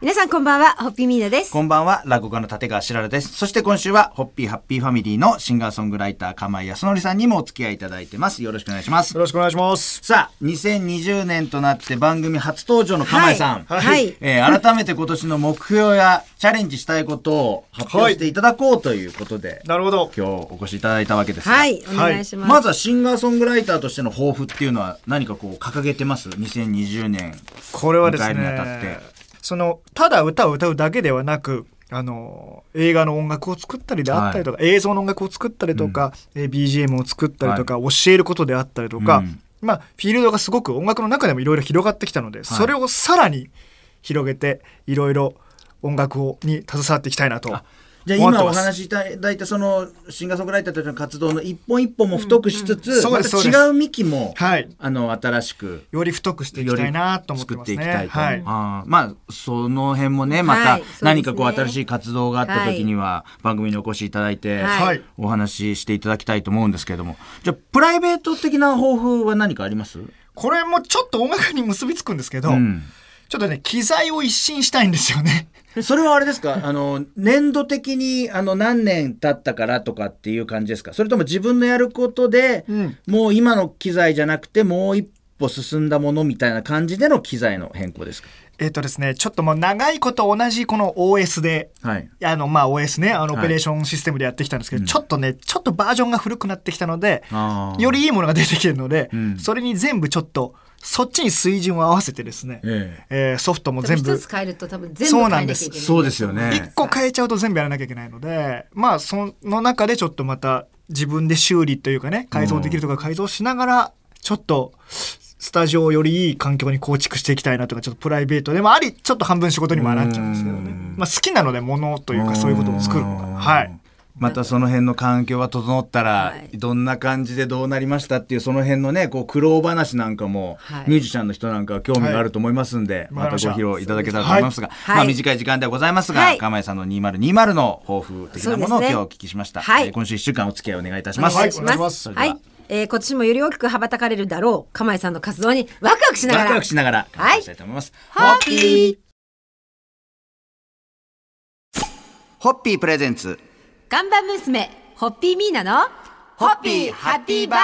皆さんこんばんは、ホッピーミーナです。こんばんは、落語家の立川しららです。そして今週は、ホッピーハッピーファミリーのシンガーソングライター、釜井康則さんにもお付き合いいただいてます。よろしくお願いしますよ。ろしくお願いします。さあ、2020年となって番組初登場の釜井さん。はいはい えー改めて今年の目標やチャレンジしたいことを発表していただこうということで、なるほど。今日お越しいただいたわけですが。はい、お願いします。まずはシンガーソングライターとしての抱負っていうのは何かこう掲げてます ?2020 年。これはです迎えるにあたってね、その、ただ歌を歌うだけではなく、あの、映画の音楽を作ったりであったりとか、映像の音楽を作ったりとか、えー BGM を作ったりとか、教えることであったりとか、うんまあ、フィールドがすごく音楽の中でもいろいろ広がってきたので、それをさらに広げて、いろいろ音楽をに携わっていきたいなと思ってじゃあ今おます話しいただいたそのシンガーソングライターたちの活動の一本一本も太くしつうんつ、そうまでたすそうです違う幹も、はいあの新しく。より太くしていきたいなと思って作っまてすいきね。たいと、はい。あーまあその辺もねまはたいそうですね何かこう新しい活動があった時には番組にお越しいただいてはいはいお話ししていただきたいと思うんですけれどもじゃあプライベート的な抱負は何かあります、これもちょっと音楽に結びつくんですけど、うんちょっとね、機材を一新したいんですよね。 それはあれですかあの年度的にあの何年経ったからとかっていう感じですかそれとも自分のやることで、うんもう今の機材じゃなくてもう一歩進んだものみたいな感じでの機材の変更ですかえっとですね、ちょっともう長いこと同じこの OS で、はいあの、まあ OS ね、あはの、オいペレーションシステムでやってきたんですけど、ちょっとね、ちょっとバージョンが古くなってきたので、あーよりいいものが出てきてるので、うんそれに全部ちょっと、そっちに水準を合わせてですね、ええーソフトも多分全一部つ、変えると多分全そ部うな変えんなきでゃすいけない。そうですよね一個変えちゃうと全部やらなきゃいけないので、まあ、その中でちょっとまた自分で修理というかね、改造できるとか改造しながら、ちょっと、スタジオをよりいい環境に構築していきたいなとか、ちょっとプライベートでもあり、ちょっと半分仕事にもなっちゃうんですけどねうん。まあ、好きなので、ものというか、そういうことを作るのが。うんはい。またその辺の環境が整ったら、はいどんな感じでどうなりましたっていうその辺のねこう苦労話なんかも、はいミュージシャンの人なんかは興味があると思いますんで、まわたかごりました披露いただけたらと思いますが、はいまはあ、い短い時間ではございますが、はい釜井さんの2020の抱負的なものそをうで今すね日お聞きしました、はいえー今週1週間お付き合いお願いいたしおます。願願いいししま。ますすはい。えー今年もより大きく羽ばたかれるだろう、釜井さんの活動にワクワクしながワら。クワクしながらはいいきたいと思います。ホッピーホッピープレゼンツ看板娘、ホッピーミーナの、ホッピーハッピーバー。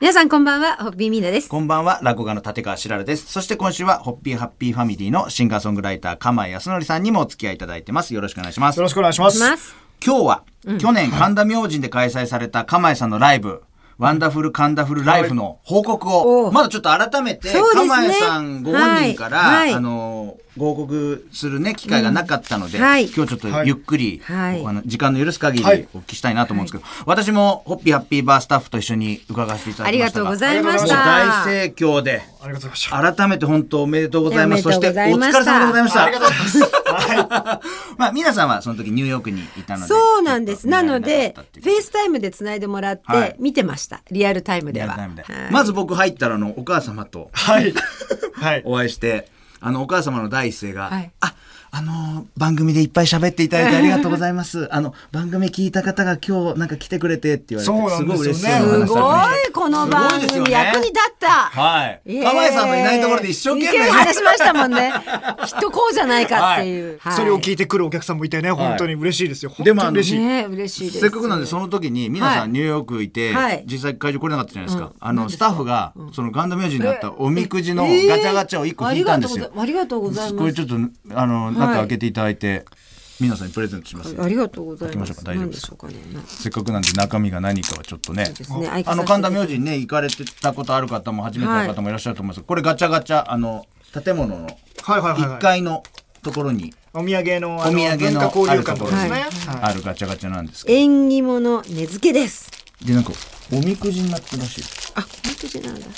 皆さんこんばんは、ホッピーミーナです。こんばんは、落語家の立川しららです。そして今週は、ホッピーハッピーファミリーのシンガーソングライター、釜井康則さんにもお付き合いいただいてます。よろしくお願いしますよ。ろしくお願いします。ます。今日は、去年神田明神で開催された釜井さんのライブ、ワンダフルカンダフルライフの報告はいおを、うまだちょっと改めて、そうですね釜井さんご本人から、はいはいあの、ご報告するね、機会がなかったので、うんはい今日ちょっとゆっくり、はいお話時間の許す限りはいお聞きしたいなと思うんですけど、私も、ホッピーハッピーバースタッフと一緒に伺わせていただあきりまがしたとうがございました。大盛況で、ありがとうございました。改めて本当おめでとうございます。いそやしおてめおでと疲れうございました様でございました。ありがとうございます。はい。 まあ皆さんはその時ニューヨークにいたので。そうなんです。なので、フェイススタイムでつないでもらっはてい、見てました。リアルタイムででは。は。はいまず僕入ったらあのお母様と はい。はい。お会いして、あのお母様の第一声が、はいああのー番組でいっぱい喋っていただいてありがとうございます。あの番組聞いた方が今日なんか来てくれてって言われて、そうなんですよねごい嬉しそうなすお話ごされてましい、このすご番いですよ組、ね役に立った。たはい。釜井さんのいないところで一生懸一命ね話しましたもんね。 きっとこうじゃないかっていう。はいそれを聞いてくるお客さんもいてね、本当に嬉しいですよ。本で当もにあの嬉しい。ね、嬉しいです。せっかくなんでその時に皆さはいんニューヨーク行って、はい実際会場来れなかったじゃないですか、うんあのスタッフがそのガンダム明治にあったおみくじのガえチえャガチャを1個引いたんですよ、ありがとうございます。こあれりちがとょっとあの中開けていただいて、皆さんにプレゼントしますうございよます。ありがとうございま書きましょうか大す。丈夫何でですしょうかね。せっかくなんで中身が何かはちょっとねですねあの相方神田明神ね行かれてたことある方も初めての方もいらっしゃると思いますが、これガチャガチャあの建物のはいはいはいはい。 1階のところにお土産のあおの土産文化の交あ流るとこ館とろかにですね。あるガチャガチャなんですけ縁起物根付けです。どでなんかおみくじになってるらしいですあ、本当じゃなんだ。はい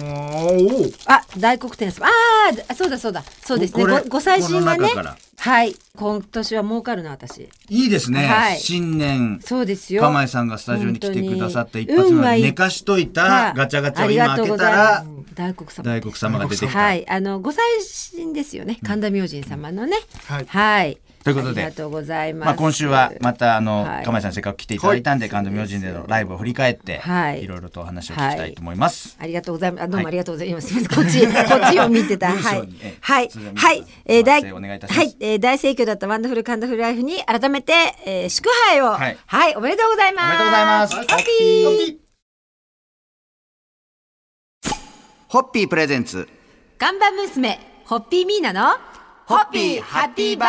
おーあ、大黒天様。ああ、そうだそうだ。そうですね。こごれご祭神がねこの中から。はい。今年は儲かるな、私。いいですね、はい新年そうですよ。釜井さんがスタジオに来てくださった一本発目当に運のはいい寝かしといたガチャガチャあをり今が開とうけごたざいらます大黒様。大黒様が出てきた、はい、あのご祭神ですよね。神田明神様のね。はいはい。ということあでりがとうございます。まあ、今週はまたあの、はい釜井さんせっかく来ていただいたんで、はい感動明神でのライブを振り返って、はいい、ろいろとお話を聞きたいと思います。ありがとうございます。あどうはいもありがとうございます。すいませんこっち、こっちを見 てた。文章はにいええ。はいそれでは。皆さんはい。えー、大、反省をお願いいたしますはい。えー、大盛況だったワンダフルカンダフルライフに改めて、えー、祝杯を。はいはい。おめでとうございます。おめでとうございますハッピー。ホッピープレゼンツ看板娘、ホッピーミーナの、ホッピーハッピーバー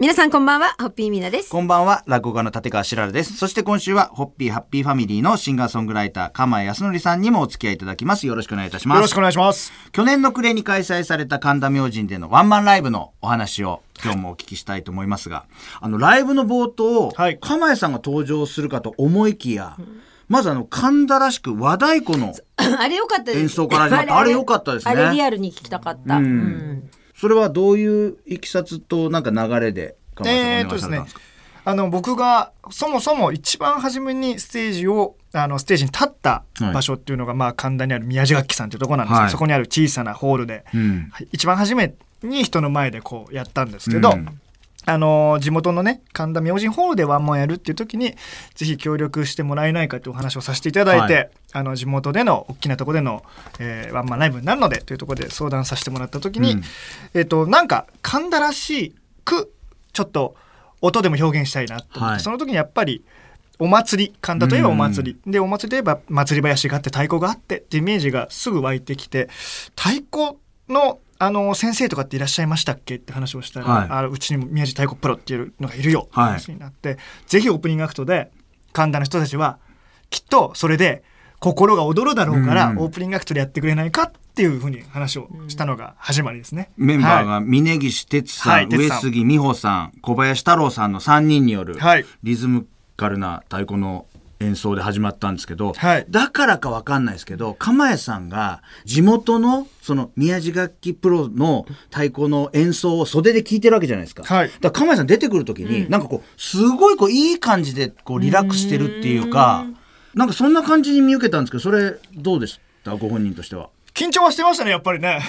皆さんこんばんは、ホッピーミーナです。こんばんは、落語家の立川しららです。そして今週は、ホッピーハッピーファミリーのシンガーソングライター、釜井康則さんにもお付き合いいただきます。よろしくお願いいたします。よろしくお願いします。去年の暮れに開催された神田明神でのワンマンライブのお話を今日もお聞きしたいと思いますが、あの、ライブの冒頭、はい釜井さんが登場するかと思いきや、まずあの、神田らしく和太鼓の、あれ良かったです。演奏から始まったあれ良かったですねあれリアルに聞きたかった。うんそれはどういういきさつとなんか流れで、釜井さんえーっお願といですされたねんですか、あの僕がそもそも一番初めにステージをあのステージに立った場所っていうのが、まあ神田にある宮地楽器さんというところなんですけど、はいそこにある小さなホールで、うんはい一番初めに人の前でこうやったんですけど、うんあの地元のね神田明神ホールでワンマンやるっていう時にぜひ協力してもらえないかというお話をさせていただいて、はあの地元での大きなところでの、えーワンマンライブになるのでというところで相談させてもらった時に、うんえっ、となんか神田らしくちょっと音でも表現したいなと思って、はいその時にやっぱりお祭り神田といえばお祭り、でお祭りといえば祭り林があって太鼓があってってイメージがすぐ湧いてきて太鼓のあの先生とかっていらっしゃいましたっけって話をしたら、はいあうちにも宮地太鼓プロっていうのがいるよってはい話になって、ぜひオープニングアクトで神田の人たちはきっとそれで心が躍るだろうから、うんオープニングアクトでやってくれないかっていうふうに話をしたのが始まりですね。メンバーがは峯岸哲さん、はい哲上さん杉美穂さん小林太郎さんの3人によるはいリズムカルな太鼓の演奏で始まったんですけど、はいだからかわかんないですけど釜江さんが地元のその宮地楽器プロの太鼓の演奏を袖で聞いてるわけじゃないですか。はいだから釜江さん出てくる時に、なんかこうすごいこういい感じでこうリラックスしてるっていうかなんかそんな感じに見受けたんですけどそれどうでしたご本人としては。緊張はしてましたねやっぱ りね。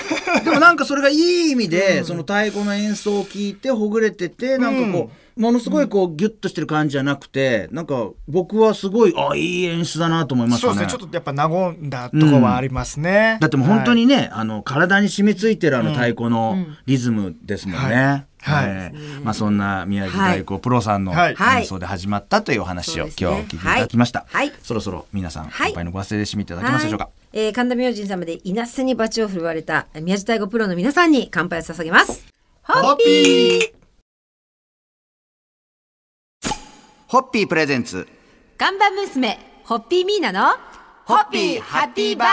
でもなんかそれがいい意味で、その太鼓の演奏を聞いてほぐれてて、なんかこう、ものすごいこうギュッとしてる感じじゃなくて、なんか僕はすごい、あ、いい演出だなと思いましたそうね。ですねちょっとやっぱ和んだとこはありますね。だってもう本当はいにね、あの、体に染み付いてるあの太鼓のリズムですもんね。はいはいえーまあそんな宮城太鼓プロさんのはい演奏で始まったというお話をはい今日お聞きいただきました。はいはいそろそろ皆さん、はい乾杯のご発声で締めていただけますでしょうか。はいえー神田明神様で稲瀬に罰を振るわれた宮地太鼓プロの皆さんに乾杯を捧げます。ホッピーホッピープレゼンツ看板娘、ホッピーミーナの、ホッピーハッピーバー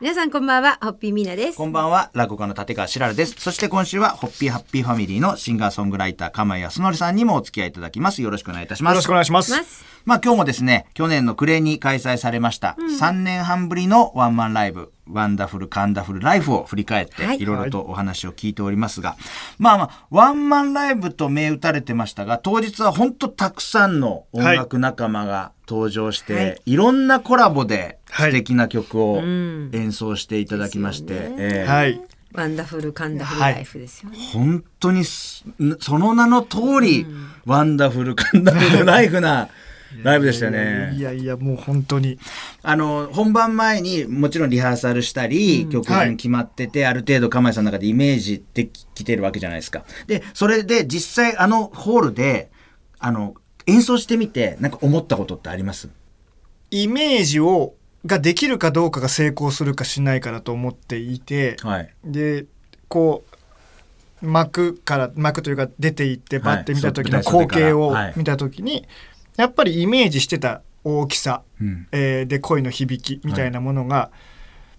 皆さんこんばんは、ホッピーミーナですこ。んばんは、落語家の立川しらるです。そして今週は、ホッピーハッピーファミリーのシンガーソングライター、釜井康則さんにもお付き合いいただきます。よろしくお願いいたします。よろしくお願いします。ますまあ今日もですね、去年の暮れに開催されました、3年半ぶりのワンマンライブ、ワンダフルカンダフルライフを振り返って、はいい、ろいろとお話を聞いておりますが、まあまあ、ワンマンライブと銘打たれてましたが、当日は本当たくさんの音楽仲間が登場して、はいい、ろんなコラボでは素い敵な曲をん演奏していただきまして、ですよねええはい。ワンダフルカンダフルライフですよね。本当にすその名の通り、ワンダフルカンダフルライフ なライブでしたね。いやいやもう本当にあの本番前にもちろんリハーサルしたり、曲順決まってて、ある程度釜井さんの中でイメージできてるわけじゃないですか。でそれで実際あのホールであの演奏してみてなんか思ったことってありますイメージをができるかどうかが成功するかしないかだと思っていて、はい。でこう幕から幕というか出て行ってはいバッて見た時のそう舞光台袖から景をはい見た時に、やっぱりイメージしてた大きさ、うんえーで声の響きみたいなものが、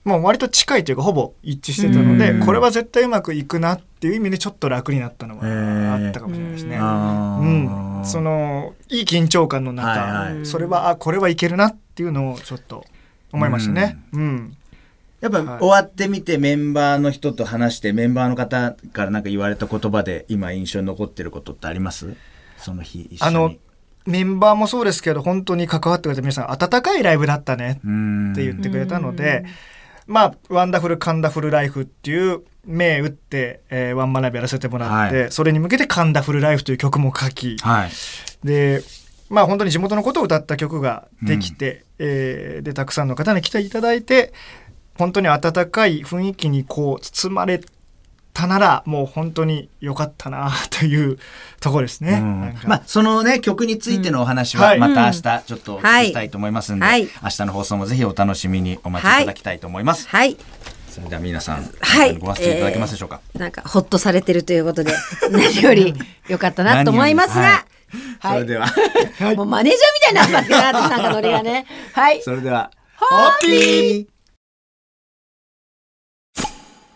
もう割と近いというかほぼ一致してたのでうんこれは絶対うまくいくなっていう意味でちょっと楽になったのへはーあったかもしれないですね。あーうん、そのいい緊張感の中、はいはいそれはあこれはいけるなっていうのをちょっと思いましたね。うん、やっぱ、はい終わってみてメンバーの人と話してメンバーの方からなんか言われた言葉で今印象に残ってることってありますその日一緒にあのメンバーもそうですけど本当に関わってくれた皆さん温かいライブだったねうんって言ってくれたので、まあ「ワンダフルカンダフルライフ」っていう目打って、えーワンマンライブやらせてもらって、それに向けて「カンダフルライフ」という曲も書き、はい。でまあ本当に地元のことを歌った曲ができて、えーでたくさんの方に来ていただいて本当に温かい雰囲気にこう包まれたならもう本当に良かったなという ところですね。うんなんかまあ、そのね、曲についてのお話は、はいまた明日、ちょっとお聞きしたいと思いますんで、はいはい明日の放送もぜひお楽しみにお待ちいただきたいと思います。はい。それでは皆さん、はい。ご発声いただけますでしょうか。えーなんか、ほっとされてるということで、 何より良かったなと思いますが、そはれい。では、もうマネージャーみたいになってますから、私なんかノリがね。はい。それでは、ホッピー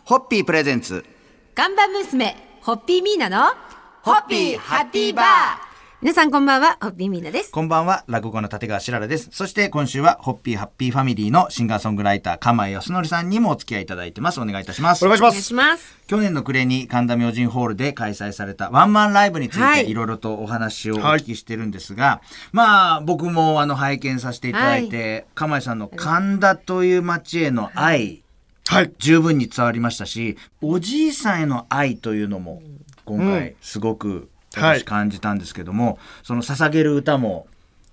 ホッピープレゼンツ。看板娘、ホッピーミーナの、ホッピーハッピーバー。皆さんこんばんは、ホッピーミーナです。こんばんは、落語家の立川しららです。そして今週は、ホッピーハッピーファミリーのシンガーソングライター、釜井康則さんにもお付き合いいただいてます。お願いいたしますお。願いしおま願いすします。去年の暮れに神田明神ホールで開催されたワンマンライブについはていいろいろとお話をお聞きしてるんですが、まあ僕もあの拝見させていただいて、釜井さんの神田という町への愛、はい十分に伝わりましたし、おじいさんへの愛というのも今う回すごくはい私感じたんですけども、その捧げる歌も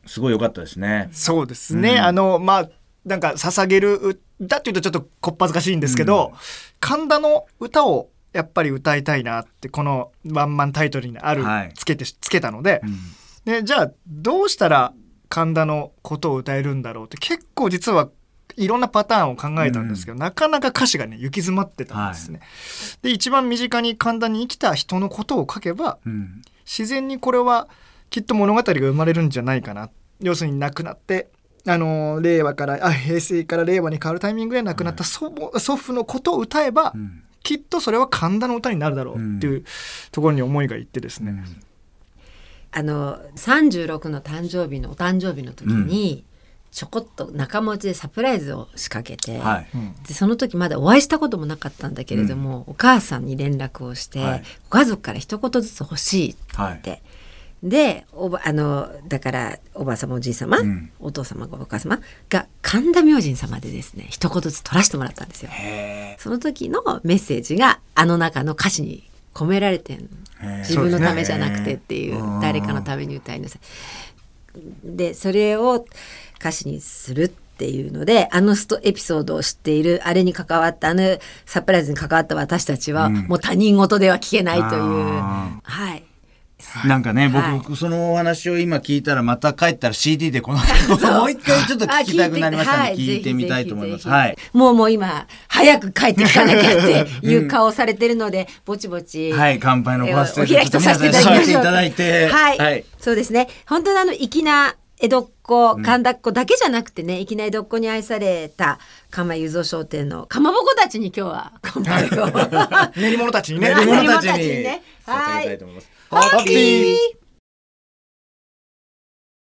すごい良かったですね。そうですね。あの、まあ、なんか、捧げる歌っていうとちょっとこっぱずかしいんですけど、神田の歌をやっぱり歌いたいなって、このワンマンタイトルにある、はいつけて、つけたので、でじゃあ、どうしたら神田のことを歌えるんだろうって、結構実はいろんなパターンを考えたんですけど、なかなか歌詞がね、行き詰まってたんですね。で、一番身近に神田に生きた人のことを書けば、うん自然にこれはきっと物語が生まれるんじゃないかな要するに亡くなってあのー令和からあ平成から令和に変わるタイミングで亡くなった祖,、祖父のことを歌えば、んきっとそれは神田の歌になるだろうっていうところに思いがいってですね、あの、36の誕生日の、お誕生日の時に、ちょこっと仲間内でサプライズを仕掛けて、はい、でその時まだお会いしたこともなかったんだけれども、お母さんに連絡をして、はいご家族から一言ずつ欲しいって言って、でおばあのだからおばあ様おじい様、んお父様お母様が神田明神様でですね一言ずつ取らせてもらったんですよ。へその時のメッセージがあの中の歌詞に込められてんのへえ自分のためじゃなくてっていそううですね誰かのために歌いなさい。でそれを歌詞にするっていうのであのストエピソードを知っているあれに関わったあのサプライズに関わった私たちは、もう他人事では聞けないというあはいなんかね、はい僕、そのお話を今聞いたら、また帰ったら CD でこの 曲をもう一回ちょっと聞きたくなりましたあね。聞いてみたいと思います。ははいいぜひぜひぜ。ひ。もうもう今、早く帰っていかなきゃっていう顔されてるので、ぼちぼち。はい、乾杯のご発お声開きとさせていただきましょう。皆さんにしていただいて。はい。そうですね。本当にあの、粋な江戸っ子、神田っ子だけじゃなくてね、粋な江戸っ子に愛された、釜湯蔵商店のかまぼこたちに今日は乾杯を。 練り物たちにねはい練り物たち練り物たちににねは捧いげたいと思います。ハッピー